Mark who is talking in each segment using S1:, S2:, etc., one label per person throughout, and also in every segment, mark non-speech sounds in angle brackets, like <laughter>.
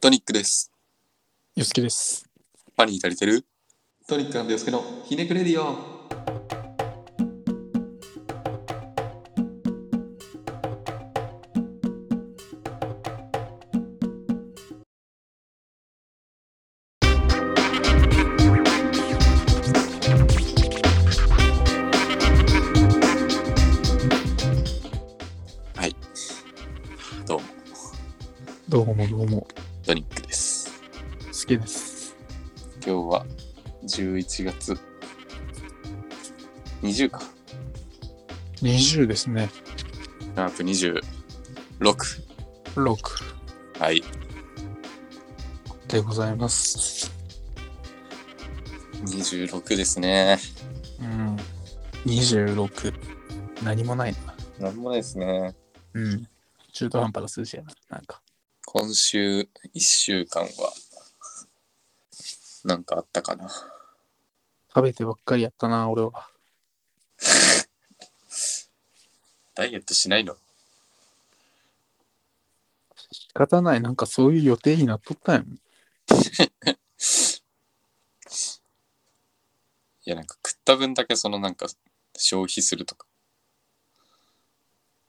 S1: トニックです。
S2: ゆすきです。
S1: パニー足りてるトニックなんですけど、ひねくれるよ。はい、どうも
S2: どうもどうも、
S1: トニックです。
S2: 好きです。
S1: 今日は11月20か
S2: 20ですね。
S1: シャープ26
S2: 6
S1: はい
S2: でございます。
S1: 26ですね
S2: うん。26。何もないな。
S1: なんもないですね
S2: うん。中途半端な数字やな。なんか。
S1: 今週1週間はなんかあったかな
S2: 食べてばっかりやったな、俺は。
S1: ダイエットしないの
S2: 仕方ない。なんかそういう予定になっとったんやん。
S1: いやなんか食った分だけそのなんか消費するとか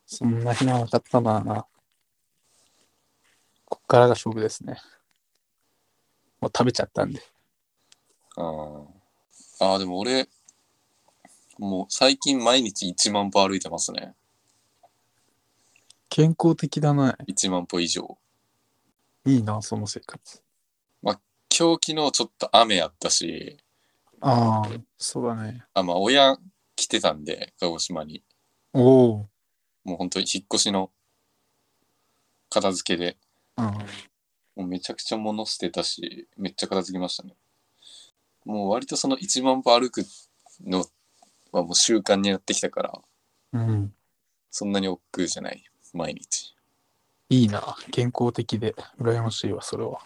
S2: そんな暇なかったな。こっからが勝負ですね。もう食べちゃったんで。
S1: あーあーでも俺もう最近毎日1万歩歩いてますね
S2: 健康的だな。
S1: 1万歩以上
S2: いいな、その生活。
S1: 今日昨日ちょっと雨やったし
S2: ああ、そうだね。
S1: あ、まあ、親来てたんで、鹿児島に。
S2: おお。
S1: もう本当に引っ越しの片付けで、
S2: うん。
S1: もうめちゃくちゃ物捨てたし、めっちゃ片付けましたね。もう割とその1万歩歩くのはもう習慣になってきたから、
S2: うん。
S1: そんなに億劫じゃない、毎日。
S2: いいな。健康的で、羨ましいわ、それは。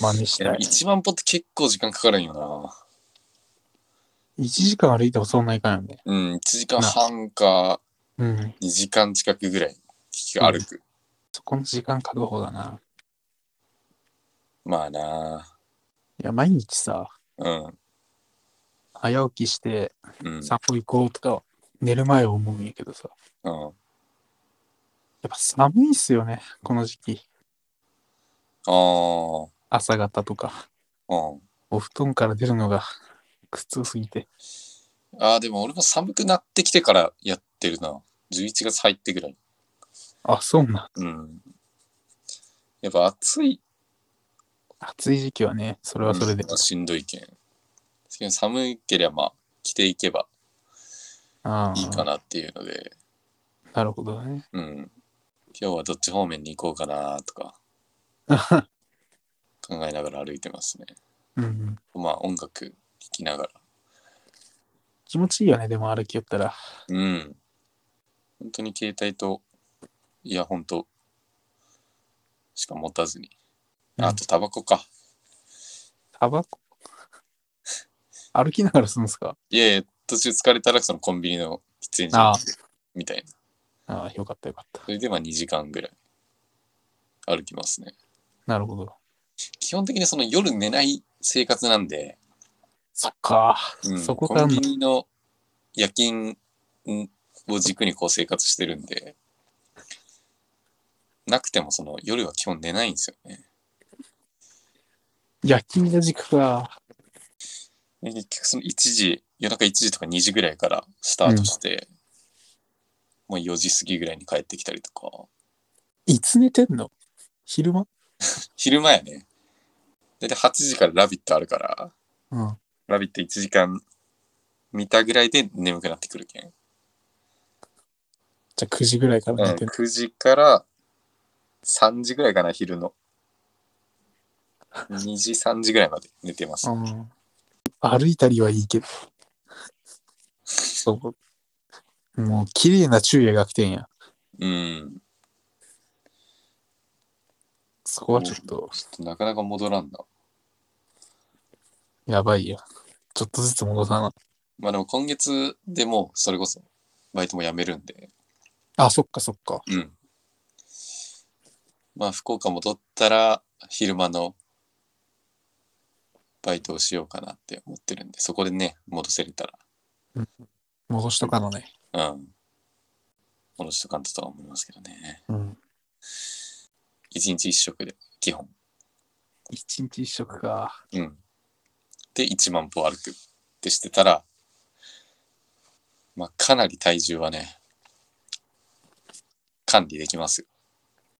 S2: 真似し
S1: いや
S2: たい。
S1: 1万歩って結構時間かかるんよな。
S2: 1時間歩いてもそんないかんよね。
S1: うん、1時間半か
S2: うん。
S1: 2時間近くぐらい歩く。
S2: そこの時間確保だな。
S1: まあな。
S2: いや、毎日さ、
S1: うん、
S2: 早起きして
S1: うん、
S2: 散歩行こうとか、寝る前思うんやけどさ。
S1: うん。
S2: やっぱ寒いっすよね、この時期。
S1: ああ、
S2: 朝方とか。
S1: うん。
S2: お布団から出るのが苦痛すぎて。
S1: ああ、でも俺も寒くなってきてからやってるな。11月入ってぐらい。
S2: あ、そうなん。
S1: うん。やっぱ暑い
S2: 暑い時期はね、それはそれで。
S1: うんしんどいけん。確かに寒ければまあ着ていけば
S2: あ
S1: いいか
S2: あ、
S1: なっていうので、
S2: なるほどね。
S1: うん。今日はどっち方面に行こうかなと
S2: <laughs>
S1: か考えながら歩いてますね。
S2: うんうん。
S1: まあ音楽聴きながら。
S2: 気持ちいいよね、でも歩きよったら。
S1: うん。本当に携帯とイヤホンとしか持たずに。あとタバコか。
S2: タバコ歩きながらするんですか
S1: いやいや、途中疲れたらそのコンビニの喫煙
S2: あ
S1: 所
S2: あ
S1: みたいな。
S2: ああ、よかったよかった。
S1: それでまあ2時間ぐらい歩きますね。
S2: なるほど。
S1: 基本的にその夜寝ない生活なんで、
S2: そっか。
S1: うん
S2: そこ
S1: コ
S2: から
S1: ン
S2: の
S1: ビニの夜勤を軸にこう生活してるんで、なくてもその夜は基本寝ないんですよね。
S2: 夜勤の軸か。
S1: で結局その1時、夜中1時とか2時ぐらいからスタートして、もう4時過ぎぐらいに帰ってきたりとか。
S2: いつ寝てんの昼間
S1: 昼間やね。だいたい8時から「ラビット!」あるから、
S2: うん。
S1: 「ラビット!」1時間見たぐらいで眠くなってくるけん。
S2: じゃあ9時ぐらいか
S1: う
S2: ら
S1: ん、
S2: 寝てる。
S1: 9時から3時ぐらいかな、昼の。2時、3時ぐらいまで寝てます。
S2: うん。歩いたりはいいけど。そう。もう綺麗な昼夜が来てんや。
S1: うん。
S2: そこはちょっと
S1: ちょっとなかなか戻らんな。
S2: やばいよ。ちょっとずつ戻さな。
S1: まあでも今月でもうそれこそバイトも辞めるんで。
S2: あ、そっかそっか。
S1: うん。まあ福岡戻ったら昼間のバイトをしようかなって思ってるんで、そこでね、戻せれた
S2: 戻しとかのね。
S1: ら、うん。戻しとかんととは思いますけどね。
S2: うん。
S1: 一日一食で、基本。
S2: 一日一食か。
S1: うん。で、1万歩歩くってしてたら、まあ、かなり体重はね、管理できますよ。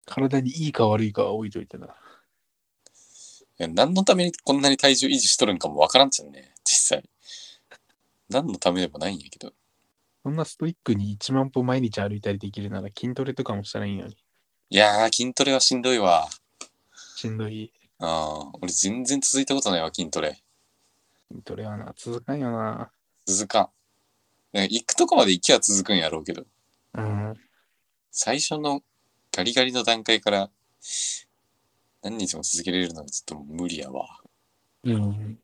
S2: 体にいいか悪いかは置いといてな。
S1: いや何のためにこんなに体重維持しとるんかもわからんじゃんね、実際。何のためでもないんやけど。
S2: そんなストイックに1万歩毎日歩いたりできるなら筋トレとかもしたらいいのに。
S1: いやー、筋トレはしんどいわ。
S2: しんどい
S1: あー俺全然続いたことないわ、筋トレ。
S2: 筋トレはな、続かんよな。
S1: 続かん。なんか行くとこまで行きは続くんやろうけど、
S2: うん。
S1: 最初のガリガリの段階から何日も続けれるのはちょっともう無理やわ。
S2: うん。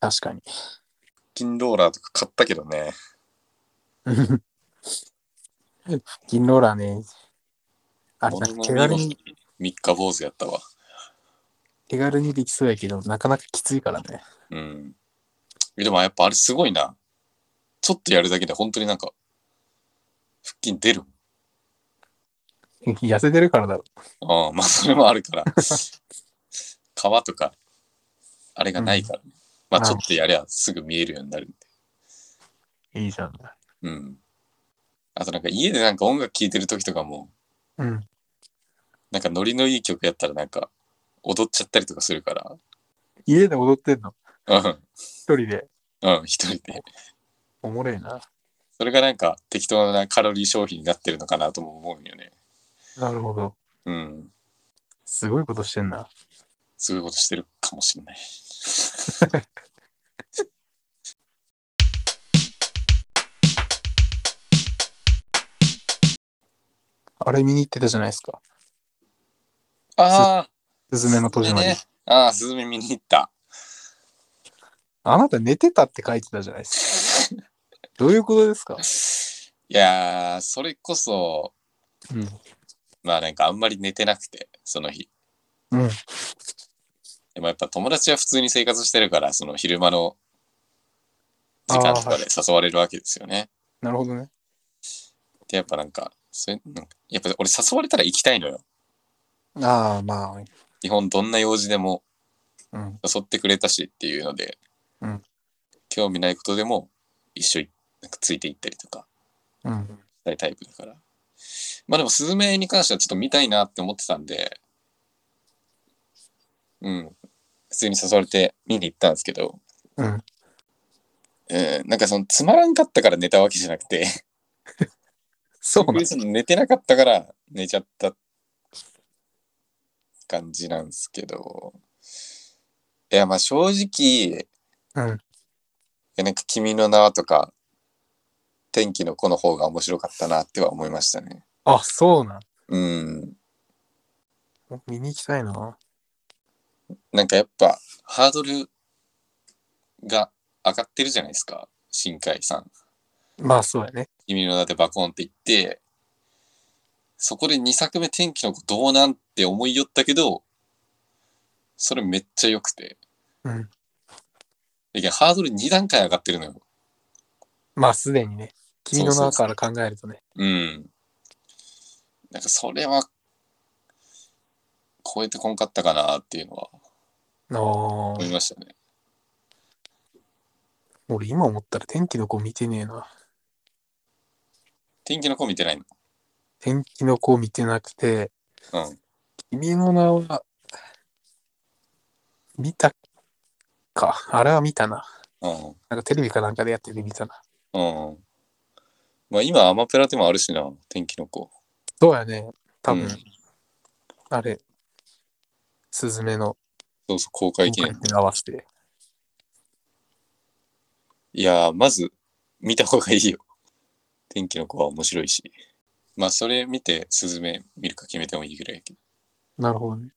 S2: 確かに。 <laughs>
S1: 筋ローラーとか買ったけどね。
S2: 腹筋ローラーね。あれな、
S1: 俺も
S2: 手軽に、
S1: 三日坊主やったわ。
S2: 手軽にできそうやけど、なかなかきついからね。 <laughs>
S1: うん。でもやっぱあれすごいな。ちょっとやるだけで本当になんか、腹筋出る。
S2: 痩せてるからだろ。
S1: ああ、まあそれもあるから。皮とか、あれがないから、ねまあちょっとやりゃすぐ見えるようになるんで。
S2: いいじゃん。
S1: うん。あとなんか家でなんか音楽聴いてる時とかも、
S2: うん。
S1: なんかノリのいい曲やったらなんか踊っちゃったりとかするか
S2: 家で踊ってんの
S1: ら。うん。
S2: 一人で。
S1: うん、一人で。
S2: おもれえな。
S1: それがなんか適当なカロリー消費になってるのかなとも思うんよね。
S2: なるほど。
S1: うん。
S2: すごいことしてんな。
S1: そういうことしてるかもしれない。
S2: あれ見に行ってたじゃないですか。
S1: ああ、
S2: すずめの戸締まり。
S1: ね。ああ、スズメ見に行った。
S2: あなた寝てたって書いてたじゃないです <laughs> か。どういうことですか
S1: いやー、それこそ、
S2: う
S1: まあなんかあんまり寝てなくて、その日。
S2: ん。うん。
S1: でもやっぱ友達は普通に生活してるから、その昼間の時間とかで誘われるわけですよね。
S2: なるほどね。
S1: で、やっぱなんか、それなんかやっぱ俺誘われたら行きたいのよ。
S2: ああ、まあ。
S1: 日本どんな用事でも
S2: うん。
S1: 誘ってくれたしっていうので、
S2: うん
S1: 興味ないことでも一緒になんかついていったりとか
S2: うん。
S1: したいタイプだからまあでもスズメに関してはちょっと見たいなって思ってたんでうん普通に誘われて見に行ったんですけど、
S2: うん。
S1: うん、なんかそのつまらんかったから寝たわけじゃなくて
S2: <laughs> そうなん
S1: 僕その寝てなかったから寝ちゃった感じなんですけどいやまあ正直
S2: うん。
S1: いやなんか「君の名は」とか「天気の子」の方が面白かったなっては思いましたね。
S2: あ、そうなん。
S1: うん。
S2: 見に行きたいな。
S1: なんかやっぱハードルが上がってるじゃないですか新海さん。
S2: まあ、そうやね。
S1: 君の名でバコンって言ってそこで2作目「天気の子」どうなんって思いよったけどそれめっちゃ良くて。
S2: うん。
S1: いやハードル2段階上がってるのよ。
S2: まあ、すでにね。君の名から考えるとね。
S1: うん。なんかそれは超えてこんかったかなっていうのは
S2: あ
S1: 思いましたね。
S2: あ。俺、今思ったら天気の子見てねえな。
S1: 天気の子見てないの。
S2: 天気の子見てなくて、
S1: うん。
S2: 君の名は、見たか。あれは見たな。
S1: うん。
S2: なんかテレビかなんかでやってて見たな。
S1: うん。まあ今、アマプラでもあるしな、天気の子。
S2: そうやね。多分、
S1: うん
S2: あれ、スズメの
S1: そうそう、公開
S2: 今
S1: 記
S2: 回
S1: 念。
S2: に合わせて。
S1: いやー、まず、見た方がいいよ。天気の子は面白いし。まあ、それ見て、スズメ見るか決めてもいいぐらいやけど。
S2: なるほどね。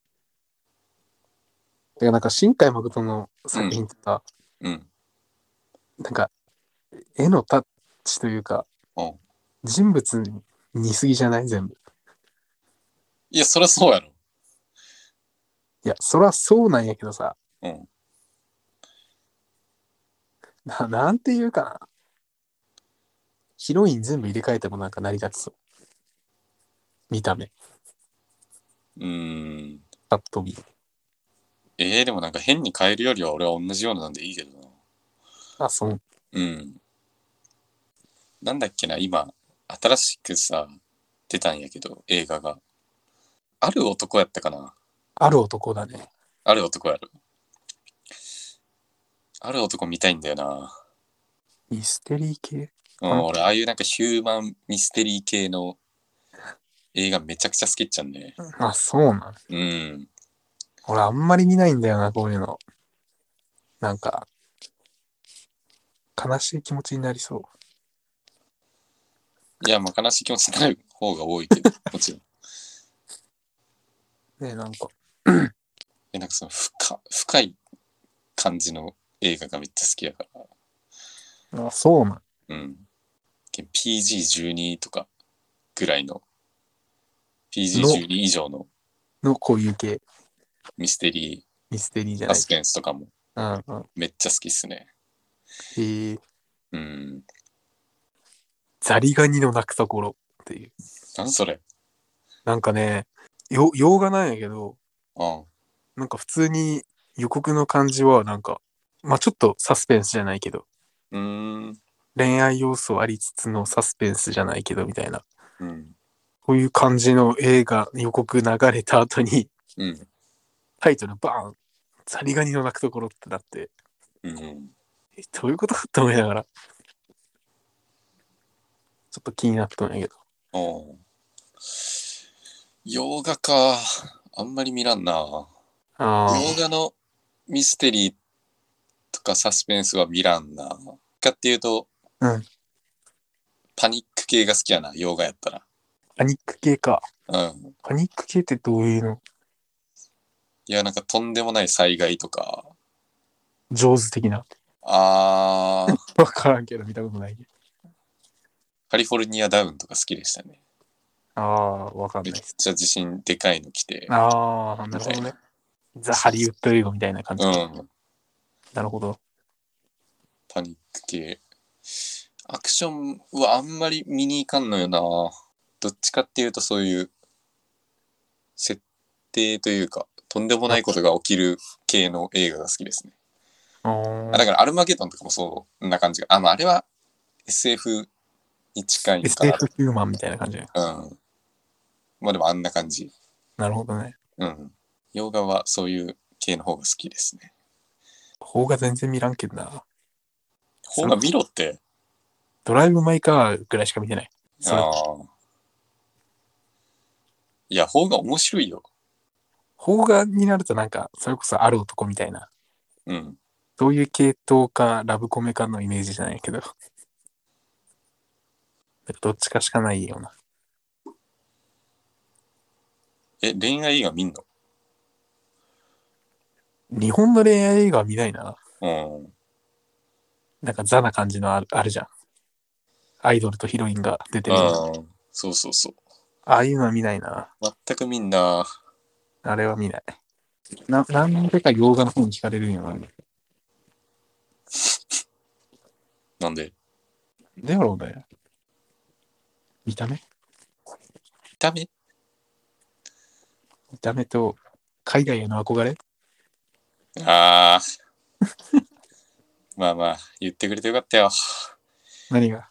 S2: てか、なんか、新海誠の作品とか、
S1: うん。
S2: なんか、絵のタッチというか、
S1: うん
S2: 人物に似すぎじゃない全部。
S1: いや、そりゃそうやろ。
S2: いや、そらそうなんやけどさ。
S1: うん。
S2: な、なんて言うかな。ヒロイン全部入れ替えてもなんか成り立つそう。見た目、
S1: うーん。
S2: パッと見。
S1: えー、でもなんか変に変えるよりは俺は同じようななんでいいけどな。
S2: あ、そう。
S1: うん。なんだっけな、今、新しくさ、出たんやけど、映画が。ある男やったかな
S2: ある男だね。
S1: ある男やろ。ある男見たいんだよな。
S2: ミステリー系
S1: うん、
S2: あ
S1: 俺、ああいうなんかヒューマンミステリー系の映画めちゃくちゃ好きっちゃんね。
S2: あ、そうなん。
S1: うん。
S2: 俺あんまり見ないんだよな、こういうの。なんか、悲しい気持ちになりそう。
S1: いや、まあ悲しい気持ちになる方が多いけど、 <laughs> もちろん。
S2: ねなんか。
S1: えなんかその深深い感じの映画がめっちゃ好きやから。
S2: あ、そうなん。
S1: うん。PG12 とかぐらいの PG12 以上の
S2: の、こういう系。
S1: ミステリ
S2: ミステリーじ
S1: ー、
S2: ゃな
S1: サ
S2: い
S1: ス。ペンスとかも
S2: うんうん。
S1: めっちゃ好きっすね。
S2: えー、
S1: うん。
S2: ザリガニの泣くところっていう。
S1: なんそれ
S2: なんかね、よ洋画なんやけど、
S1: あ
S2: なんか普通に予告の感じはなんか、まあちょっとサスペンスじゃないけど、
S1: うーん。
S2: 恋愛要素ありつつのサスペンスじゃないけどみたいな、
S1: うん。
S2: こういう感じの映画予告流れた後に、 <laughs>
S1: うん。
S2: タイトルバーンザリガニの泣くところってなって、
S1: うん。
S2: え、どういうことと思いながら、ちょっと気になったんやけ
S1: あ
S2: ど。
S1: あ。洋画か。あんまり見らんな。
S2: ああ、
S1: 洋画のミステリーとかサスペンスは見らんな。かっていうと、
S2: うん
S1: パニック系が好きやな、洋画やった
S2: パニック系か。
S1: ら。うん。
S2: パニック系ってどういうの
S1: いや、なんかとんでもない災害とか。
S2: 上手的な。 <laughs>
S1: あー、
S2: わからんけど、見たことないけど。
S1: カリフォルニアダウンとか好きでしたね。
S2: ああ、わかん
S1: め
S2: ない
S1: っ
S2: です。
S1: ちゃ地震でかいの来て。
S2: ああ、なるほどね。ザ・ハリウッド映画みたいな感じ。
S1: うん。
S2: なるほど。
S1: パニック系。アクションはあんまり見に行かんのよな。どっちかっていうとそういう、設定というか、とんでもないことが起きる系の映画が好きですね。
S2: あ
S1: あだ
S2: ー
S1: からアルマゲドンとかもそんな感じが。あ、まああれは SF に近いのか
S2: SF ヒューマンみたいな感じ。
S1: な。うん。まあでもあんな感じ。
S2: なるほどね。
S1: うん。洋画はそういう系の方が好きですね。
S2: 邦画全然見らんけどな。
S1: 方が見ろって。
S2: ドライブ・マイ・カーぐらいしか見てない。それ
S1: ああ。いや、方が面白いよ。
S2: 邦画になるとなんか、それこそある男みたいな。
S1: うん。
S2: どういう系統か、ラブコメかのイメージじゃないけど。 <laughs> どっちかしかないような。
S1: え、恋愛映画見ん
S2: 日本の恋愛映画は見ないな。
S1: のうん。
S2: なんかザな感じのあるあるじゃん。アイドルとヒロインが出てる。あ
S1: ああ。そうそうそう。
S2: あいうのは見ないな。
S1: 全くみんな、
S2: あれは見ない。な、なんでか洋画の方に聞かれるんよな。
S1: なんで、
S2: でやろうね。見た目
S1: 見た目
S2: 見た目と、海外への憧れ
S1: ああ。 <laughs> まあまあ、言ってくれてよかったよ。
S2: 何が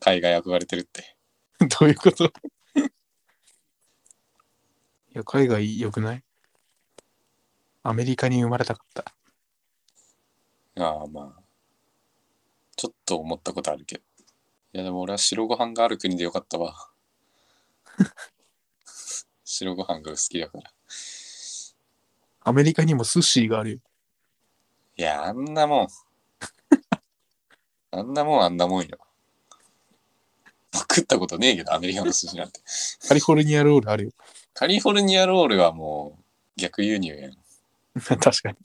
S1: 海外憧れてるって。
S2: <laughs> どういうこといや、海外良くないアメリカに生まれたかった。
S1: ああ、まあ。ちょっと思ったことあるけど。いや、でも俺は白ご飯がある国でよかった <laughs> わ。白ご飯が好きだから。
S2: アメリカにも寿司があるよ。
S1: いや、あんな <laughs> もん。あんなもん、あんなもんよ。食ったことねえけど、アメリカの寿司なんて。
S2: カリフォルニアロールあるよ。
S1: カリフォルニアロールはもう逆輸入やん。
S2: <laughs> 確かに。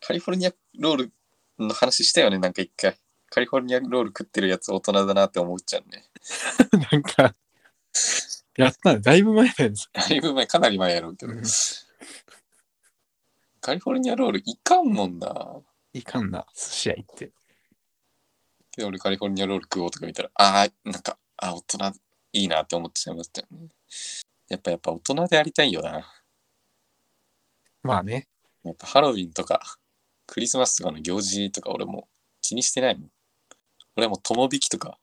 S1: カリフォルニアロールの話したよね、なんか一回。カリフォルニアロール食ってるやつ大人だなって思っちゃうね。
S2: なんか、やったんだいぶ前なんです。
S1: だいぶ前、かなり前やろうけど。
S2: うん
S1: カリフォルニアロールいかんもんな。
S2: いかんな、寿司屋行って。
S1: けど俺カリフォルニアロール食おうとか見たら、ああ、なんか、あー大人いいなって思ってしまいましたよね。やっぱやっぱ大人でありたいよな。
S2: まあね。
S1: やっぱハロウィンとか、クリスマスとかの行事とか俺も気にしてないもん。俺はもう友引きとか、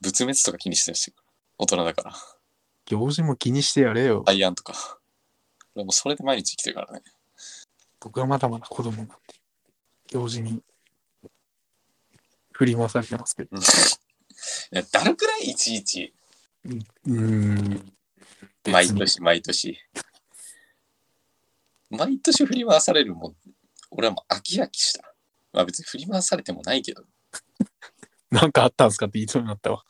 S1: 仏滅とか気にしてるし、大人だから。
S2: 行事も気にしてやれよ。
S1: アイアンとか。俺もうそれで毎日生きてるからね。
S2: 僕はまだまだ子供なんで、行事に振り回されてますけど。
S1: いやだるくないいちいち。
S2: うーん。
S1: 毎
S2: 別に
S1: 年毎年。毎年振り回されるもん。俺はもう飽き飽きした。まあ別に振り回されてもないけど。
S2: なんかあったんすかって言いそうになったわ。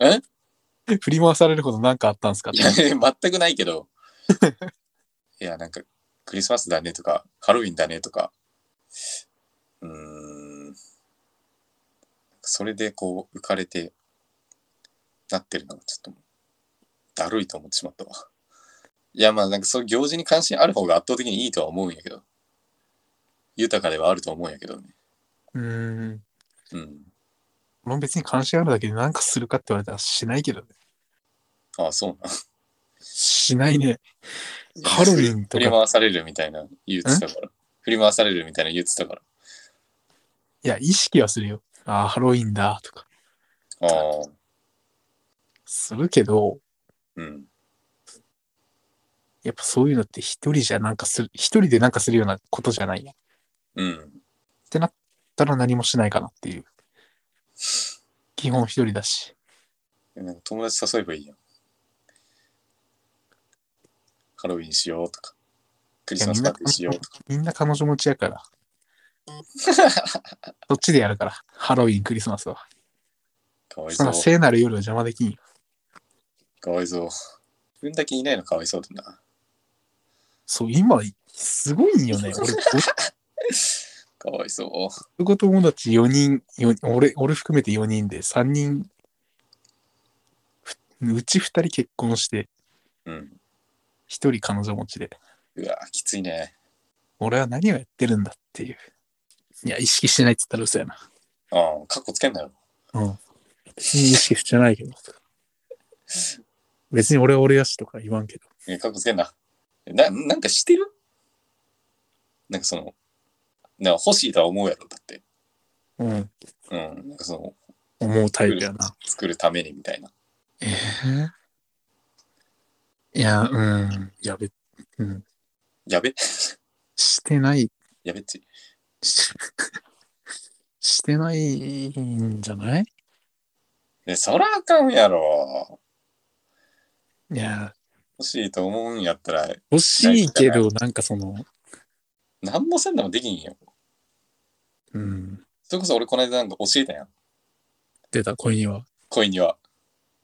S1: え
S2: <laughs> 振り回されるほどなんかあったんすかっ
S1: い
S2: て
S1: や、 <laughs> 全くないけど。いや、なんか、クリスマスだねとか、ハロウィンだねとか。うーん。それでこう、浮かれて、なってるのがちょっと、だるいと思ってしまったわ。いや、まあ、なんかそういう行事に関心ある方が圧倒的にいいとは思うんやけど。豊かではあると思うんやけどね。
S2: うーん。
S1: うん。
S2: 俺も別に関心あるだけでなんかするかって言われたらしないけどね。
S1: ああ、そうな。
S2: しないね。ハロウィンと
S1: 振り
S2: か。
S1: 回されるみたいな言ってたから。振り回されるみたいな言ってたから。
S2: いや、意識はするよ。ああ、ハロウィンだとか。
S1: ああ。
S2: するけど、
S1: うん。
S2: やっぱそういうのって一人じゃなんかする、一人でなんかするようなことじゃないや。だ
S1: うん。
S2: ったら何もしないかなっていう。基本一人だし。
S1: なんか友達誘えばいいやん。ハロウィンしようとか、クリスマスパーティーしようとか。
S2: みんな彼女持ち
S1: <laughs>
S2: やから。どっちでやるから。ハロウィン、クリスマスは。
S1: かわい
S2: そ
S1: そ
S2: んな
S1: う。
S2: 聖なる夜を邪魔できんよ。
S1: かわいそう。自分だけいないのかわいそうだな。
S2: そう、今、すごいん
S1: <laughs>
S2: よね。俺、
S1: かわいそう。
S2: 男友達4人、四人俺、俺含めて4人で、3人、ふうち2人結婚して、
S1: うん。
S2: 1人彼女持ちで、
S1: うわ、きついね。
S2: 俺は何をやってるんだっていう。いや、意識してないって言ったら嘘やな。
S1: ああ、カッコつけんなよ。
S2: うん。別に意識してないけど。別に俺は俺やしとか言わんけど。
S1: えカッコつけんな。な、なんかしてるなんかその、なんか欲しいとは思うやろ、だって。
S2: うん。
S1: うん。なんかその、
S2: 思うタイプやな。
S1: 作るためにみたいな。
S2: ええいや、うん。やべ、うん。
S1: やべ、
S2: してない、 <laughs>
S1: やべっち。
S2: ししてないんじゃない
S1: ね、そらあかんやろ。
S2: いや、
S1: 欲しいと思うんやったら、
S2: 欲しいけど、なんかその、
S1: なんもせんでもできんよ。
S2: うん、
S1: それこそ俺この間なんか教えたやん。
S2: 出た、恋には。
S1: 恋には。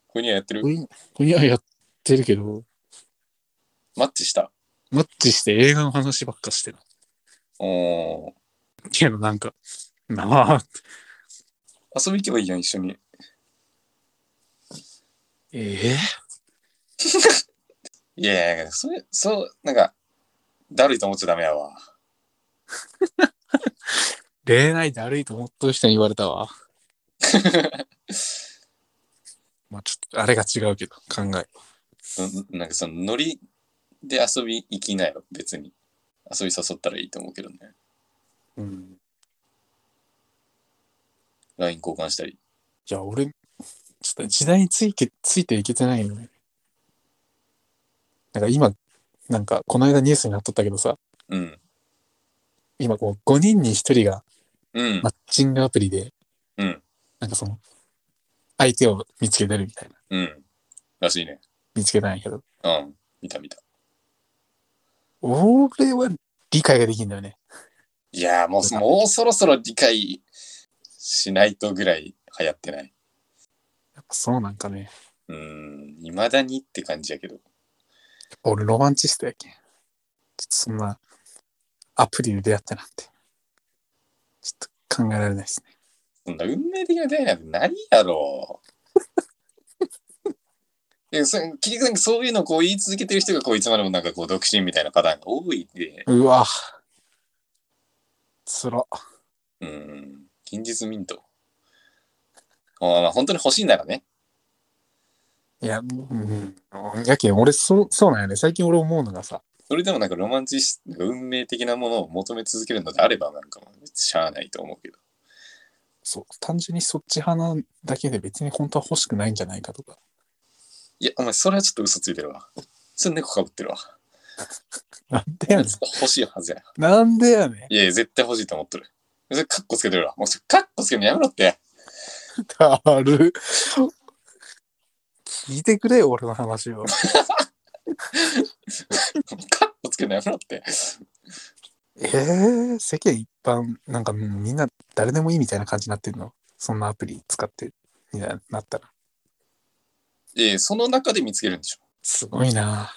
S1: 恋にはやってる
S2: 恋恋にはやってるけど、
S1: マッチした。
S2: マッチして映画の話ばっかしてる。
S1: おー
S2: けど、なんか、なあ、
S1: 遊び行けばいいやん、一緒に。
S2: ええ
S1: いやいやいや、それ、そう、なんか、だるいと思っちゃダメやわ。
S2: 恋愛だるいと思っとる人に言われたわ。まあちょっと、あれが違うけど、考え。
S1: うんなんかそのノリで遊び行きなよ、別に。遊び誘ったらいいと思うけどね。
S2: うん。
S1: LINE 交換したり。
S2: いや、俺、ちょっと時代について、ついていけてないよね。なんか今、なんか、この間ニュースになっとったけどさ、
S1: うん。
S2: 今こう、5人に1人が
S1: うん
S2: マ。ッチングアプリで、
S1: うん。
S2: なんかその、相手を見つけてるみたいな。
S1: うん。らしいね。
S2: 見つけたんやけど。
S1: うん。見た見た。
S2: 俺は理解ができんだよね。
S1: いやーもう、もうそろそろ理解しないとぐらい流行ってない。
S2: やっぱそうなんかね。
S1: うーん、いまだにって感じやけど。
S2: 俺ロマンチストやけん。ちょっとそんな、アプリで出会ったなんて。ちょっと考えられないですね。
S1: そんな運命的な出会いなんてないやろ。 <laughs> えそ結局なんかそういうのをこう言い続けてる人がこういつまでもなんかこう独身みたいなパターンが多いんで、
S2: うわ。つら。
S1: うん、現実ミント。まあまあ本当に欲しいならね。
S2: いや、うん。やけん、俺、そう、そうなんやね。最近俺思うのがさ、
S1: それでもなんかロマンチスト、なんか運命的なものを求め続けるのであればなんかまあ別にしゃあないと思うけど。
S2: そう、単純にそっち派なだけで別に本当は欲しくないんじゃないかとか。
S1: いや、お前それはちょっと嘘ついてるわ。それ猫かぶってるわ。
S2: なんでやねん。
S1: 欲しいはずや。
S2: なんでや <laughs> ね
S1: いやいや、絶対欲しいと思ってる。それカッコつけてるわ。もうそれカッコつけるのやめろって。
S2: ん。だる。聞いてくれよ、俺の話を。
S1: カッコつけるのやめろって。
S2: ええ世間一般、なんかうんみんな誰でもいいみたいな感じになってるの。そんなアプリ使って、みたいになったら。
S1: いやいやその中で見つけるんでしょ。
S2: すごいな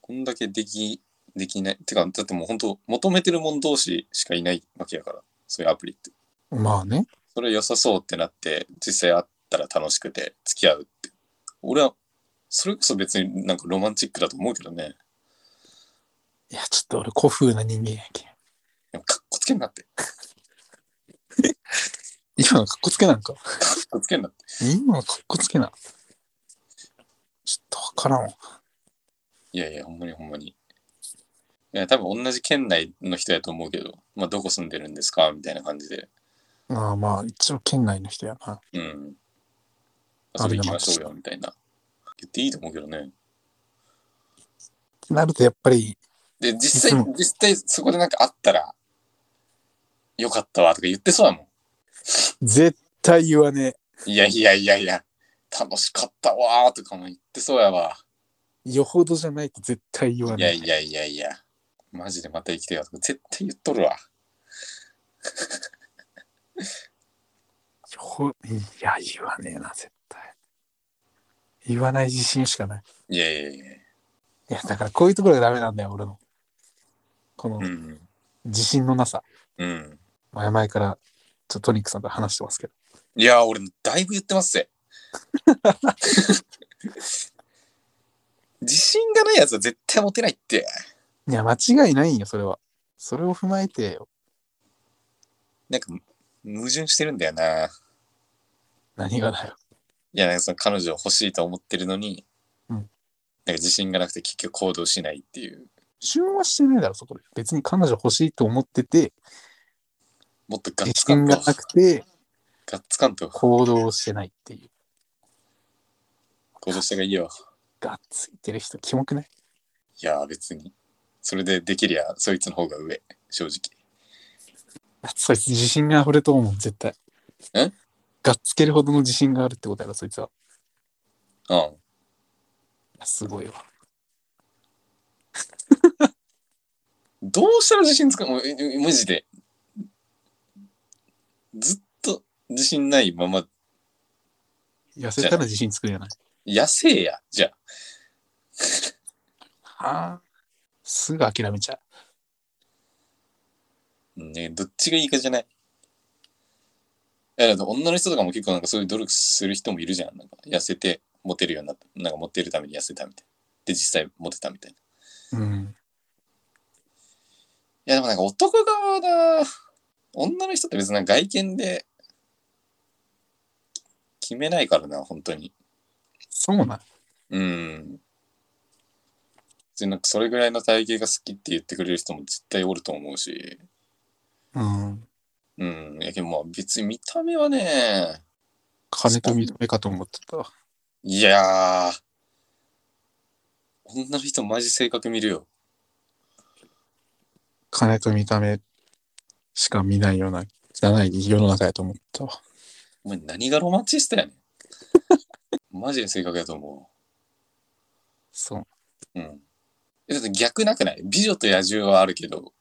S1: こんだけでき、できない。てか、だってもう本当求めてる者同士しかいないわけやから、そういうアプリって。
S2: まあね。
S1: それ良さそうってなって、実際会ったら楽しくて付き合うって。俺は、それこそ別になんかロマンチックだと思うけどね。
S2: いや、ちょっと俺古風な人間やけん。
S1: でもカッコつけんなって。
S2: 今のかっこつけなんか。
S1: カッコつけんなって。
S2: 今のかっこつけな。ちょっとわからんわ。
S1: いやいや、ほんまにほんまに。いや、多分同じ県内の人やと思うけど、まあ、どこ住んでるんですかみたいな感じで。
S2: まあまあ、一応県外の人やな。
S1: うん。
S2: あ
S1: 遊
S2: り
S1: び行きま
S2: がとうございます
S1: しょうよ、みたいな。言っていいと思うけどね。
S2: なるとやっぱり、
S1: で、実際
S2: いつも、
S1: 実際そこでなんかあったら、よかったわとか言ってそうだも
S2: 絶対言わね
S1: ん。いやいやいやいや、楽しかったわとかも言ってそうやわ。
S2: え。よほどじゃないと絶対言わ
S1: い
S2: ねえ。
S1: やいやいやいや、マジでまた生きてよとか絶対言っとるわ。
S2: よほいや、言わねえな、絶対。言わない自信しかない。
S1: いやいやいや、
S2: いや、だからこういうところがダメなんだよ、俺の。この
S1: うん。
S2: 自信のなさ。
S1: うん。
S2: 前々から、ちょっとトニックさんと話してますけど。
S1: いや、俺、だいぶ言ってます
S2: <laughs>
S1: ぜ。自信がないやつは絶対モテないって。
S2: いや、間違いないんよ、それは。それを踏まえてよ、
S1: なんか、矛盾してるんだよな。い
S2: 何がだよ。
S1: や、なんかその彼女を欲しいと思ってるのに、
S2: うん
S1: なんか自信がなくて結局行動しないっていう。
S2: 自分はしてないだろ、そこで。別に彼女欲しいと思ってて、
S1: もっとガッ
S2: 自
S1: ツカ
S2: 信
S1: ンと
S2: が。なくて、
S1: ガッツカンと
S2: 行動してないっていう。
S1: 行動した方がいいよ。
S2: がっついてる人、キモくない
S1: いや、別に。それでできりゃ、そいつの方が上、正直。
S2: そいつ自信が溢れと思うもん、絶対。
S1: え
S2: がっつけるほどの自信があるってことやろ、そいつは。
S1: うん。
S2: いやすごいわ。
S1: どうしたら自信つかもうええマジで。ずっと自信ないまま、
S2: 痩せたら自信つくじゃない。
S1: 痩せえや、じゃあ。
S2: はあ。すぐ諦めちゃう。
S1: ね、どっちがいいかじゃない。いやだって女の人とかも結構なんかそういう努力する人もいるじゃん。なんか痩せてモテるようになった。なんかモテるために痩せたみたいな。で、実際モテたみたいな。い
S2: うん。
S1: や、でもなんか男側だ。女の人って別になんか外見で決めないからな、本当に。
S2: そうなん。
S1: うん。別になんかそれぐらいの体型が好きって言ってくれる人も絶対おると思うし。
S2: うん。
S1: うん。いや、けどまあ別に見た目はね、
S2: 金と認めかと思ってた。
S1: いやー、女の人マジ性格見るよ。
S2: 金と見た目しか見ないような汚い世の中やと思ったわ。
S1: お前何がロマンチストやねん。マジで性格やと思
S2: そう。
S1: う。うん。え、だって逆なくない美女と野獣はあるけど、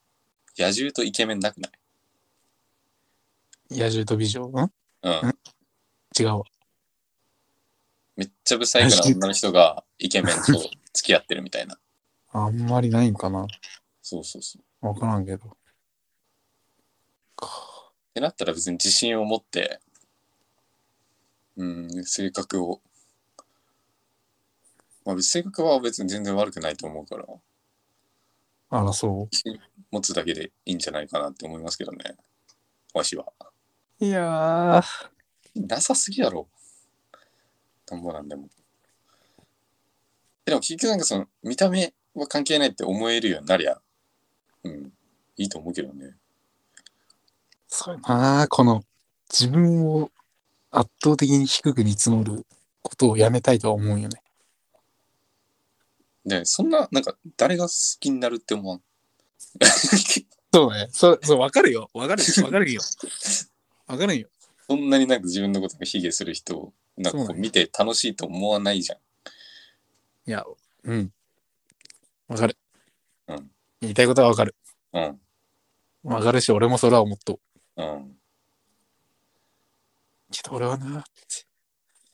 S1: 野獣とイケメンなくない
S2: 野獣と美女ん
S1: うん
S2: ん。違うわ。
S1: めっちゃブサイクな女の人がイケメンと付き合ってるみたいな。
S2: あんまりないんかな。
S1: そうそうそう。っ
S2: わからんけど。か
S1: てなったら別に自信を持って、うん、性格をまあ、性格は別に全然悪くないと思うから、
S2: あら、そ
S1: 持つだけでいいんじゃないかなって思いますけどね。わしは。
S2: う。いやー、
S1: なさすぎだろ。なんぼなんでも。えでも結局なんかその見た目は関係ないって思えるようになりゃ、うん、いいと思うけどね。
S2: そうやなこの、自分を圧倒的に低く見積もることをやめたいとは思うよね。
S1: で、そんな、なんか誰が好きになるって思わん。 <laughs>
S2: そうね。そう、そう、わかるよ。わかるよ。わか <laughs> るよ。わかるよ。
S1: そんなになんか自分のことが卑下する人を、なんか
S2: そ
S1: こう
S2: うね
S1: 見て楽しいと思わないじゃん。
S2: いや、うん。わかる。
S1: うん。
S2: 言いたいことはわかる。
S1: うん。
S2: わかるし、俺もそれは思っとう。
S1: うん。
S2: けど俺はな、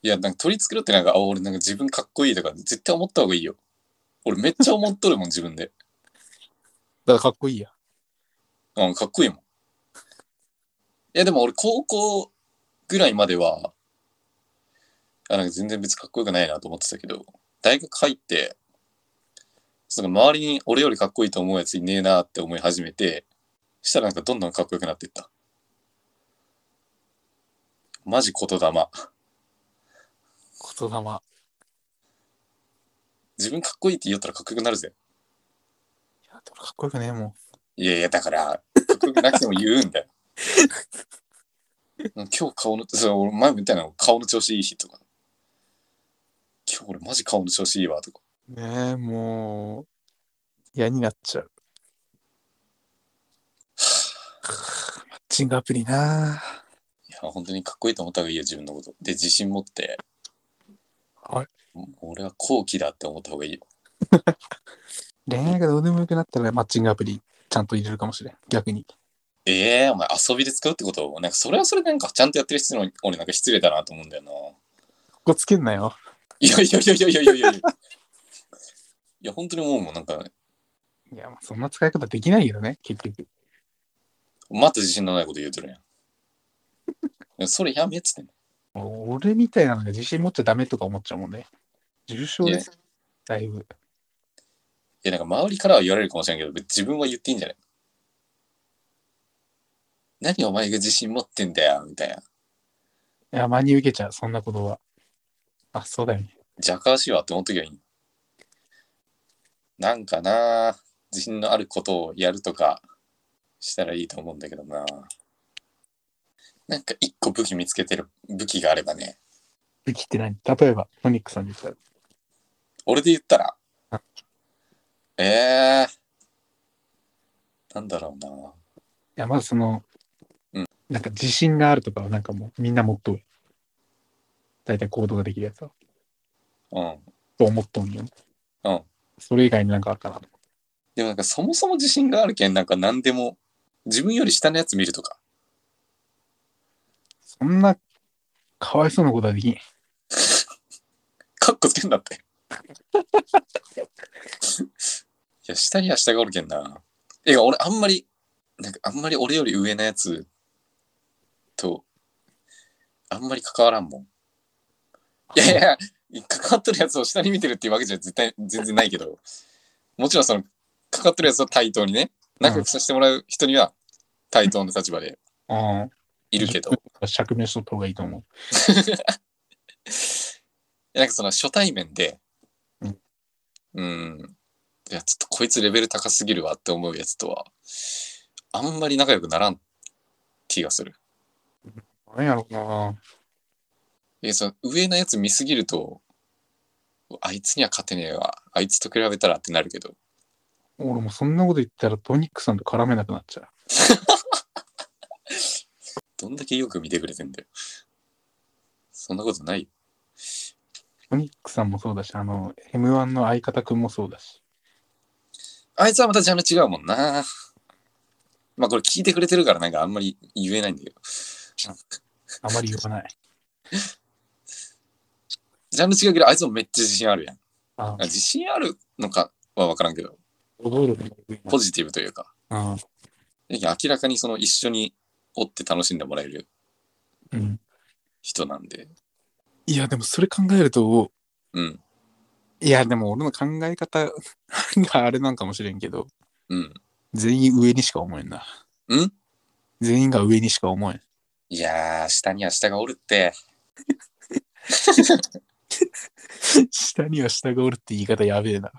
S1: いや、なんか取り繕ってなんか、あ、俺なんか自分かっこいいとか絶対思った方がいいよ。俺めっちゃ思っとるもん、自分で。
S2: だからかっこいいや。
S1: うん、かっこいいもん。いや、でも俺、高校ぐらいまでは、あなんか全然別にかっこよくないなと思ってたけど、大学入って、その周りに俺よりかっこいいと思うやついねえなって思い始めて、したらなんかどんどんかっこよくなっていった。マジ言霊。
S2: 言霊。
S1: 自分かっこいいって言ったらかっこよくなるぜ。
S2: いや、でもかっこよくねえもん。
S1: いやいや、だから、かっこよくなくても言うん
S2: <laughs>
S1: だよ。今日顔の、そう俺前も言ったの、顔の調子いい日とか。今日俺マジ顔の調子いいわとか。
S2: ねえ、もう、嫌になっちゃう。マッチングアプリない
S1: や、本当にかっこいいと思った方がいいよ、自分のこと。で、自信持って。
S2: はい
S1: もう俺は後期だって思った方がいいよ。
S2: 恋愛がどうでもよくなったらマッチングアプリちゃんと入れるかもしれん。逆に。
S1: ええお前遊びで使うってことなんかそれはそれでなんかちゃんとやってる人の俺なんか失礼だなと思うんだよな。
S2: ここつけんなよ。
S1: いやいやいやいやいやいやいやいや。いや、本当に思うもん。なんか、
S2: いや、まあそんな使い方できないけどね、結局。
S1: また自信のないこと言うとるやんいや。それやめっつってんの
S2: もう俺みたいなのが自信持っちゃダメとか思っちゃうもんね。重症です。だいぶ。
S1: いや、なんか周りからは言われるかもしれんけど、自分は言っていいんじゃない何お前が自信持ってんだよ、みたいな。
S2: いや、真に受けちゃう、そんなことは。あ、そうだよね。
S1: じゃかわしいわって思っときゃいい。なんかな自信のあることをやるとかしたらいいと思うんだけどななんか一個武器見つけてる武器があればね、
S2: 武器って何例えば、トニックさんに言ったら。
S1: 俺で言ったら
S2: あ、
S1: えー、なんだろうない
S2: や、まずその、
S1: うん
S2: なんか自信があるとかは、なんかもうみんな持っとる。大体行動ができるやつは。
S1: うん。
S2: と思っとんよ、ね。
S1: うん。
S2: それ以外になんかあるかなと。
S1: でもなんかそもそも自信があるけん、なんか何でも、自分より下のやつ見るとか。
S2: そんな、かわいそうなことはできん。
S1: カッコつけんなって。いや、下には下がおるけんな。え、俺あんまり、なんかあんまり俺より上のやつと、あんまり関わらんもん。いやいや、関わっとるやつを下に見てるっていうわけじゃ絶対、全然ないけど、もちろんその、関わっとるやつを対等にね、仲良くさせてもらう人には対等の立場で
S2: うん。
S1: いるけど、
S2: 釈明しとった方がいいと思う。
S1: なんかその初対面で、
S2: うん
S1: うん、いや、ちょっとこいつレベル高すぎるわって思うやつとは、あんまり仲良くならん気がする。
S2: 何やろうな。
S1: え、その上のやつ見すぎると、あいつには勝てねえわ。あいつと比べたらってなるけど。
S2: 俺もそんなこと言ったらトニックさんと絡めなくなっちゃう。
S1: どんだけよく見てくれてんだよ。そんなことないよ。
S2: トニックさんもそうだし、あの、M1 の相方くんもそうだし。
S1: あいつはまたジャンル違うもんな。まあこれ聞いてくれてるからなんかあんまり言えないんだけど。
S2: あまり言わない。
S1: ジャンル違うけどあいつもめっちゃ自信あるやん。
S2: あ
S1: あ自信あるのかは分からんけど、
S2: 覚えるのが上
S1: ポジティブというか、
S2: な
S1: 明らかにその一緒におって楽しんでもらえる
S2: うん。うん。
S1: 人なんで、
S2: いや、でもそれ考えると、
S1: うん。
S2: いや、でも俺の考え方 <laughs> があれなんかもしれんけど、
S1: うん。
S2: 全員上にしか思えんな。
S1: ん
S2: 全員が上にしか思えん。 <laughs>
S1: いやー、下には下がおるって。
S2: 下には下がおるって言い方やべえな。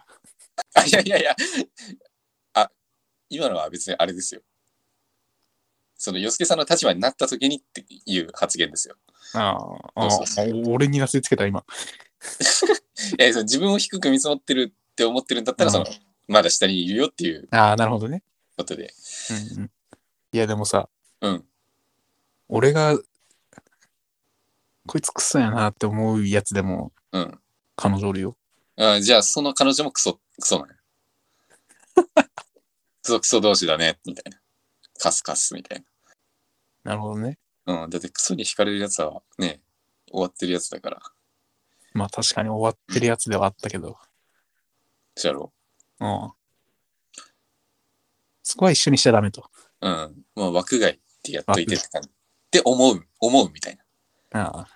S1: あ、いやいやいや。あ、今のは別にあれですよ。その、洋介さんの立場になった時にっていう発言ですよ。
S2: ああ、ああ
S1: そうそう
S2: 俺になすりつけた今。
S1: <laughs> えその自分を低く見積もってるって思ってるんだったら、その
S2: う、
S1: まだ下にいるよっていう
S2: ああ、なるほどね。
S1: ことで。
S2: うんうん、いや、でもさ、
S1: うん。
S2: 俺が、こいつクソやなって思うやつでも、
S1: うん。
S2: 彼女おるよ。
S1: あじゃあ、その彼女もクソ、クソなの。 <laughs> クソクソ同士だね、みたいな。カスカス、みたい
S2: なるほどね。
S1: な。うん。だって、クソに惹かれるやつはね、終わってるやつだから。
S2: まあ確かに終わってるやつではあったけど、
S1: じゃろ
S2: うん。そこは一緒にしちゃダメと。
S1: う。うん。まあ、枠外ってやっといてって感じ。って思う、思うみたいな。
S2: ああ。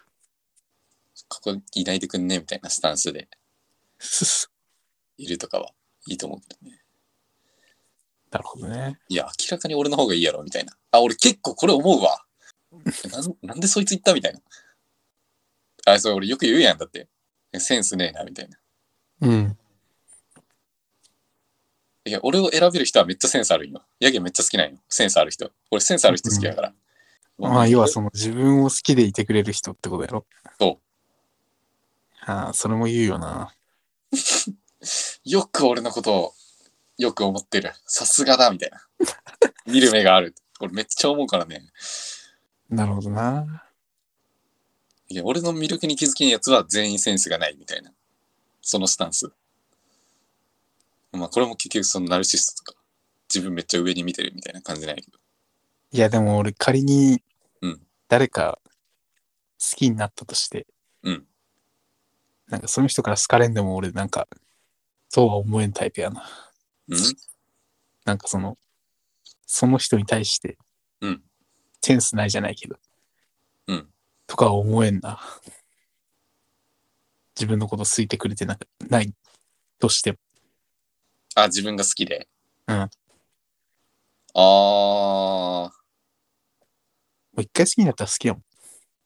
S2: <laughs>
S1: ここいないでくんね、みたいなスタンスでいるとかはいいと思うけどね。
S2: なるほどね。
S1: いや、明らかに俺の方がいいやろ、みたいな。あ、俺結構これ思うわ。なんなんでそいつ言ったみたいな。あ、それ俺よく言うやん、だって。センスねえな、みたいな。
S2: うん。
S1: いや、俺を選べる人はめっちゃセンスあるんよ。やけんめっちゃ好きなんよ。センスある人。俺センスある人好きだから。
S2: まあ要はその自分を好きでいてくれる人ってことやろ。。
S1: そう
S2: ああ、それも言うよな。
S1: よく俺のことをよく思ってる。さすがだ、みたいな。見る目がある。俺めっちゃ思うからね。
S2: なるほどな。
S1: いや、俺の魅力に気づけんやつは全員センスがないみたいな。そのスタンス。まあ、これも結局そのナルシストとか、自分めっちゃ上に見てるみたいな感じないけど。
S2: いやでも俺仮に
S1: うん
S2: 誰か好きになったとして、
S1: うん
S2: なんかその人から好かれんでも俺なんかそうは思えんタイプやな。
S1: う
S2: なんかその、その人に対して
S1: んうん。
S2: センスないじゃないけど、
S1: うん
S2: とかは思えんな。自分のこと好いてくれてなないとしても
S1: あ、自分が好きで。
S2: うん
S1: ああー、
S2: う一回好きになったら好きやもん。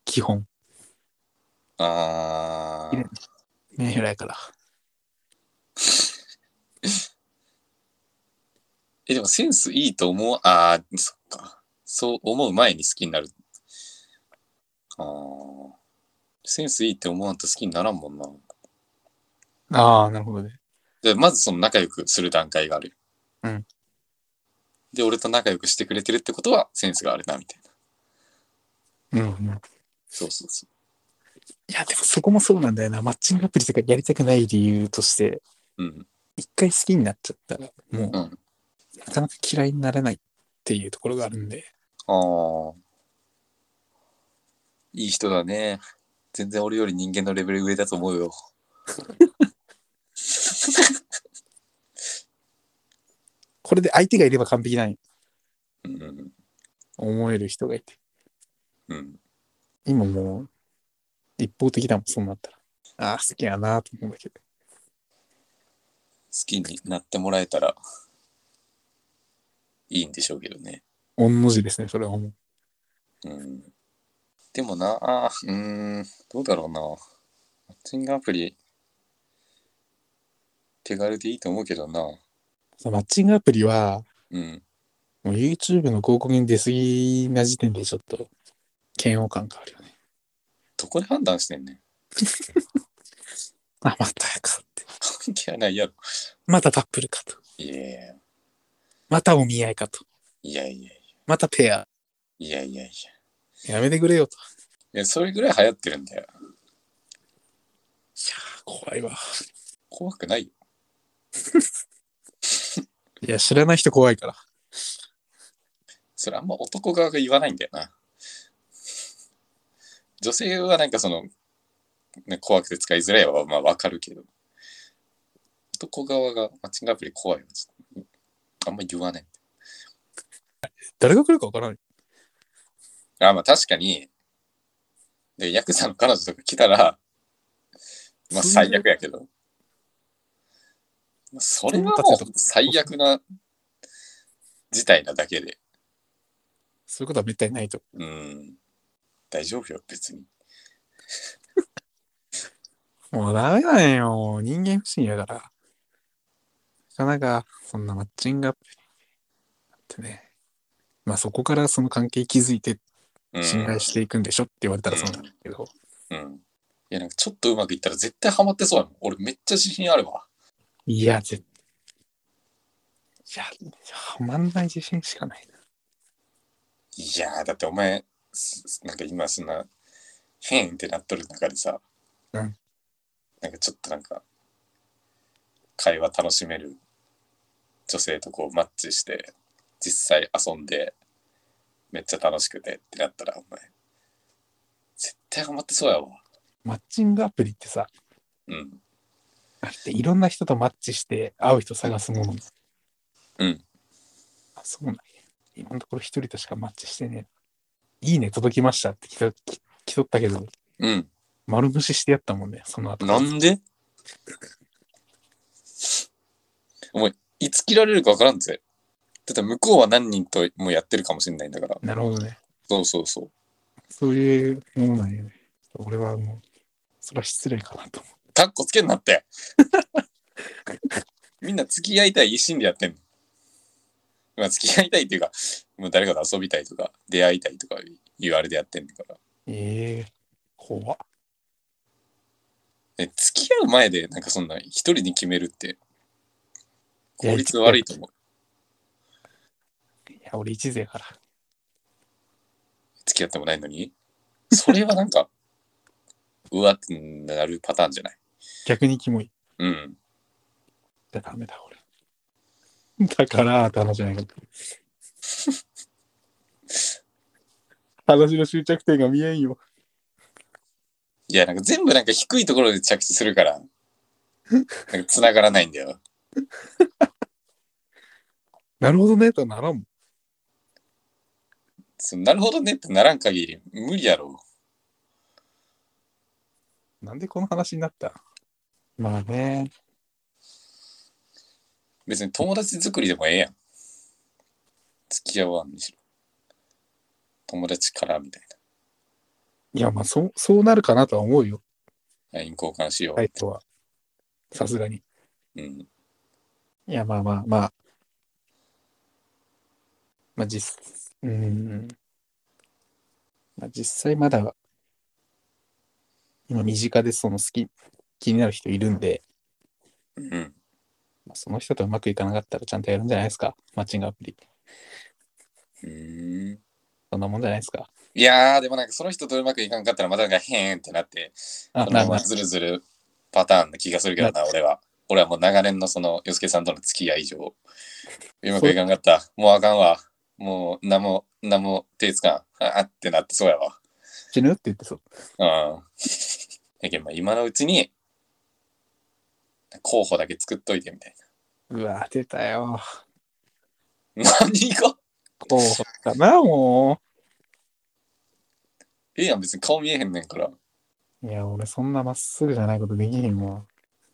S2: 基本。
S1: あ
S2: いる
S1: ー。
S2: メンヘラやから。
S1: え、でもセンスいいと思う。ああ、そっか。そう思う前に好きになる。ああ。センスいいって思わんと好きにならんもんな。
S2: ああ、なるほどね。
S1: で、まずその仲良くする段階がある。
S2: うん。
S1: で、俺と仲良くしてくれてるってことはセンスがあるな、みたいな。
S2: うん、うん。
S1: そうそうそ
S2: いや、でもそこもそうなんだよな。マッチングアプリとかやりたくない理由として、
S1: う。うん。
S2: 一回好きになっちゃったら、もう、
S1: うん
S2: なかなか嫌いになれないっていうところがあるんで。
S1: ああ。いい人だね。全然俺より人間のレベル上だと思うよ。
S2: これで相手がいれば完璧なんよ
S1: うん。
S2: 思える人がいて。
S1: うん。
S2: 今もう、一方的だもん、そうなったら。ああ、好きやなと思うんだけど。
S1: 好きになってもらえたらいいんでしょうけどね。
S2: 御の字ですね、それはもう。
S1: うん、でもな、あーうーん、どうだろうな。マッチングアプリ、手軽でいいと思うけどな。
S2: そうマッチングアプリは、
S1: うん。
S2: もう YouTube の広告に出過ぎな時点でちょっと、嫌悪感があるよね。
S1: どこで判断してんねん。
S2: あ、またかって。
S1: 関係ないやろ。
S2: またカップルかと。
S1: いやいや
S2: またお見合いかと。
S1: いやいや
S2: またペア。
S1: いやいやいやい
S2: やめてくれよと。
S1: や。それぐらい流行ってるんだよ。
S2: いやー、怖いわ。
S1: 怖くないよ。
S2: いや、知らない人怖いから。
S1: それあんま男側が言わないんだよな。女性はなんかその、ね、怖くて使いづらいはまあわかるけど、男側がマッチングアプリ怖いわ。ちょっとあんま言わない。
S2: 誰が来るかわからない。
S1: あ、まあ確かに、で、ヤクザの彼女とか来たら、まあ最悪やけど、それはもう最悪な事態なだけで。
S2: そういうことはめったにないと。
S1: うん。大丈夫よ、別に。
S2: もうダメだよ。人間不信やから。なかなか、そんなマッチングアップってね。まあそこからその関係築いて
S1: うん、
S2: 信頼していくんでしょって言われたらそうなんだけど。
S1: うん。いや、なんかちょっとうまくいったら絶対ハマってそうやもん。俺めっちゃ自信あるわ。
S2: いや、絶対。いや、はまんない自信しかないな。
S1: いやー、だってお前、すなんか今そんな、変ってなっとる中でさ、
S2: うん
S1: なんかちょっとなんか、会話楽しめる女性とこうマッチして、実際遊んで、めっちゃ楽しくてってなったら、お前、絶対ハマってそうやわ。
S2: マッチングアプリってさ、
S1: うん。
S2: あれっていろんな人とマッチして会う人探すもの。
S1: うん。
S2: あ、そうなんや。今のところ一人としかマッチしてねえ。いいね、届きましたって来と来来とったけど、
S1: うん。
S2: 丸無視してやったもんね、その後。
S1: なんでお前、いつ切られるか分からんぜ。だって向こうは何人ともやってるかもしれないんだから。
S2: なるほどね。
S1: そうそうそう。
S2: そういうものなんやね。俺はもう、それは失礼かなと思
S1: カッコつけんなって。 <laughs> みんな付き合いたい一心でやってんの。まあ付き合いたいっていうか、もう誰かと遊びたいとか、出会いたいとかいうあれでやってんだから。
S2: う。ええ怖っ。
S1: え付き合う前でなんかそんな一人に決めるって、効率悪いと思う。
S2: いや、俺一途やから。
S1: 付き合ってもないのに、それはなんか、 <laughs> うわってなるパターンじゃない。
S2: 逆にキモい。
S1: うん。
S2: じゃダメだ、俺。だから、って話じゃないかと。話の終着点が見えんよ。
S1: いや、なんか全部なんか低いところで着地するから、なんか繋がらないんだよ。
S2: なるほどね、とはならんもん。
S1: そのなるほどねってならん限り無理やろ。
S2: なんでこの話になったまあね。
S1: 別に友達作りでもええやん。付き合わんにしろ。友達からみたい
S2: いや、まあ、そう、そうなるかなとは思うよ。
S1: な。LINE 交換しよう。
S2: タイプは。さすがに。
S1: うん。
S2: いや、まあまあまあ。まあ実、うーん。まあ実際まだ、今身近でその好き、気になる人いるんで、
S1: うん。
S2: まあ、その人とうまくいかなかったらちゃんとやるんじゃないですか。マッチングアプリ。
S1: うーん。
S2: そんなもんじゃないですか。
S1: いやー、でもなんかその人とうまくいかんかったらまたなんかへーんってなって、
S2: あ、
S1: こ
S2: な
S1: の
S2: る
S1: まま
S2: な
S1: ずるずるパターンな気がするけどな、俺は。俺はもう長年のその、洋介さんとの付き合い以上、うまくいかんかった。もうあかんわ。もう、なんも、なんも手つかん。ああってなってそうやわ。
S2: 死ぬって言ってそう。
S1: うん。やけん、まあ今のうちに、候補だけ作っといてみたいう
S2: わ、出たよ。
S1: な。 <laughs> 何が
S2: こうかな、も
S1: ええやん、別に顔見えへんねんから。
S2: う。いや、俺そんなまっすぐじゃないことできへんもん。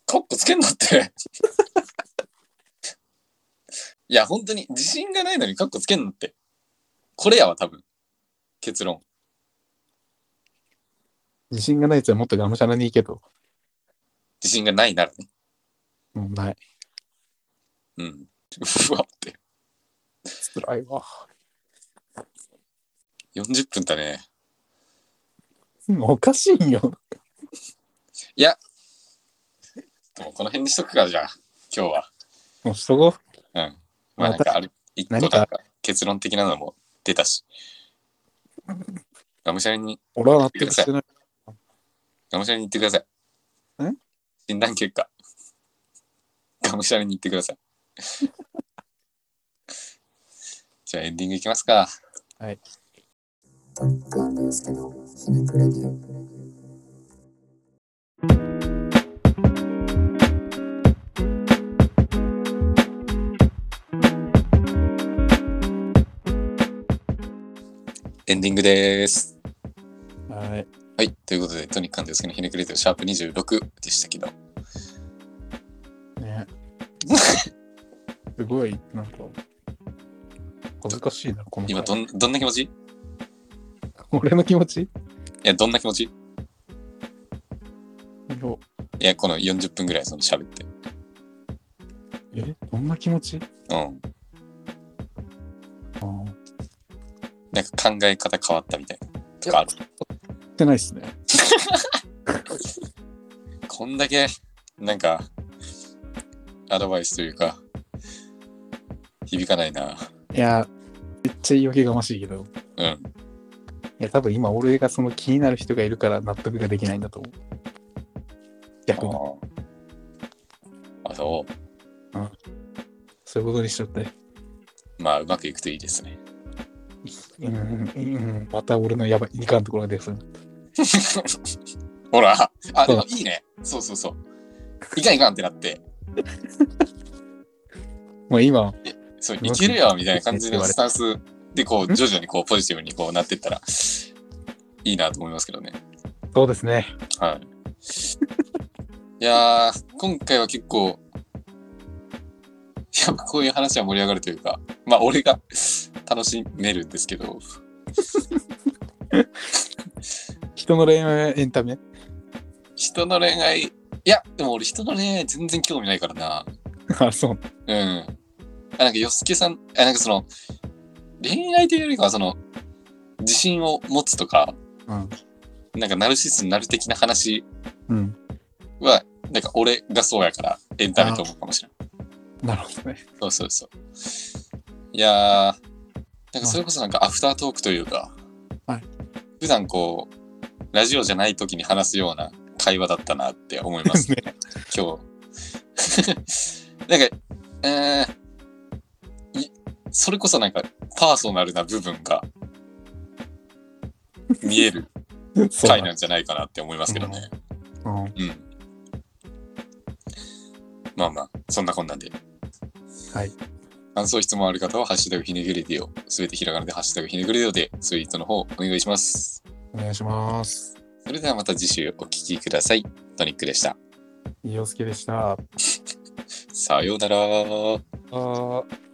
S1: カッコつけんなって。 <laughs> いや、本当に自信がないのにカッコつけんなって。これやわ、多分。結論。
S2: 自信がないやつはもっとがむしゃらにいいけど、
S1: 自信がないならね。
S2: もうない。
S1: うん。 <laughs> うわって。
S2: 辛いわ。
S1: 40分だね。
S2: おかしいよ。
S1: でもこの辺にしとくか、じゃあ、今日は。
S2: もうしとこう。
S1: うん。まあなんかある、一個なん
S2: 何か
S1: か結論的なのも出たし。がむしゃらに、
S2: 俺は納得してない。
S1: がむしゃらに言ってください。
S2: ん
S1: 診断結果。がむしゃらに言ってください。 <laughs> じゃあエンディングいきますか。
S2: はい。
S1: トップンですけど、ひねくれデュエンディングです。
S2: はい。
S1: はい。ということで、トニックですけど、ひねくれてるシャープ26でしたけど。
S2: ね、すごい、なんか、恥ずかしいな、この回
S1: 今どん、どんな気持ちい
S2: 俺の気持ちい
S1: や、どんな気持ちい
S2: や
S1: や、この40分ぐらいその喋って。
S2: え、どんな気持ち
S1: うん。
S2: あーや
S1: なんか考え方変わったみたいな。とかある。
S2: ってないっすね。
S1: こんだけ、なんか、アドバイスというか、響かないな。
S2: いや、めっちゃ言い訳がましいけど、
S1: うん。
S2: いや、多分今俺がその気になる人がいるから納得ができないんだと思う。
S1: あ
S2: 逆に、
S1: ーあ、そ
S2: そういうことにしちゃって。
S1: う。まあ、うまくいくといいですね。 <laughs>
S2: うん、うん、うんまた俺のやばい、いかんところです。
S1: ほら、あ、
S2: そ
S1: で
S2: う
S1: もいいね。そうそうそう。いかんいかんってなって、
S2: もう今、
S1: そう、
S2: ま
S1: い
S2: く
S1: けるよみたいな感じ
S2: い
S1: の
S2: くって
S1: スタンスで、こ
S2: ん
S1: う、徐々にこう、ポジティブにこうなってったら、いいなと思いますけどね。
S2: そうですね。
S1: はい。いやー、今回は結構、やっぱこういう話は盛り上がるというか、まあ俺が <laughs> 楽しめるんですけど、
S2: 人の恋愛はエンタメ <laughs>
S1: 人の恋愛、いや、でも俺人の恋愛全然興味ないからな。
S2: あ、そう。
S1: うん。あ、なんか、よすけさん、あ、なんかその、恋愛というよりかは、その、自信を持つとか、
S2: うん。
S1: なんかナルシストになる的な話
S2: うん。
S1: は、なんか俺がそうやから、エンタメと思うかもしれない
S2: なるほどね。
S1: そうそうそう。いやー、なんかそれこそなんかアフタートークというか、
S2: はい
S1: 普段こう、ラジオじゃない時に話すような会話だったなって思います、
S2: <laughs> ね
S1: 今日。 <laughs> なんか、えーいそれこそなんかパーソナルな部分が見える
S2: そうだ
S1: 回なんじゃないかなって思いますけどね。
S2: うん。
S1: うん。まあまあ、そんなこんなんで。
S2: はい。
S1: 感想、質問ある方は、ハッシュタグひねぐれディオ、すべてひらがなでハッシュタグひねぐれディオでツイートの方お願いします。
S2: お願いします。
S1: それではまた次週お聞きください。トニックでした。
S2: いいお好きでした。あ
S1: さようなら。
S2: ー。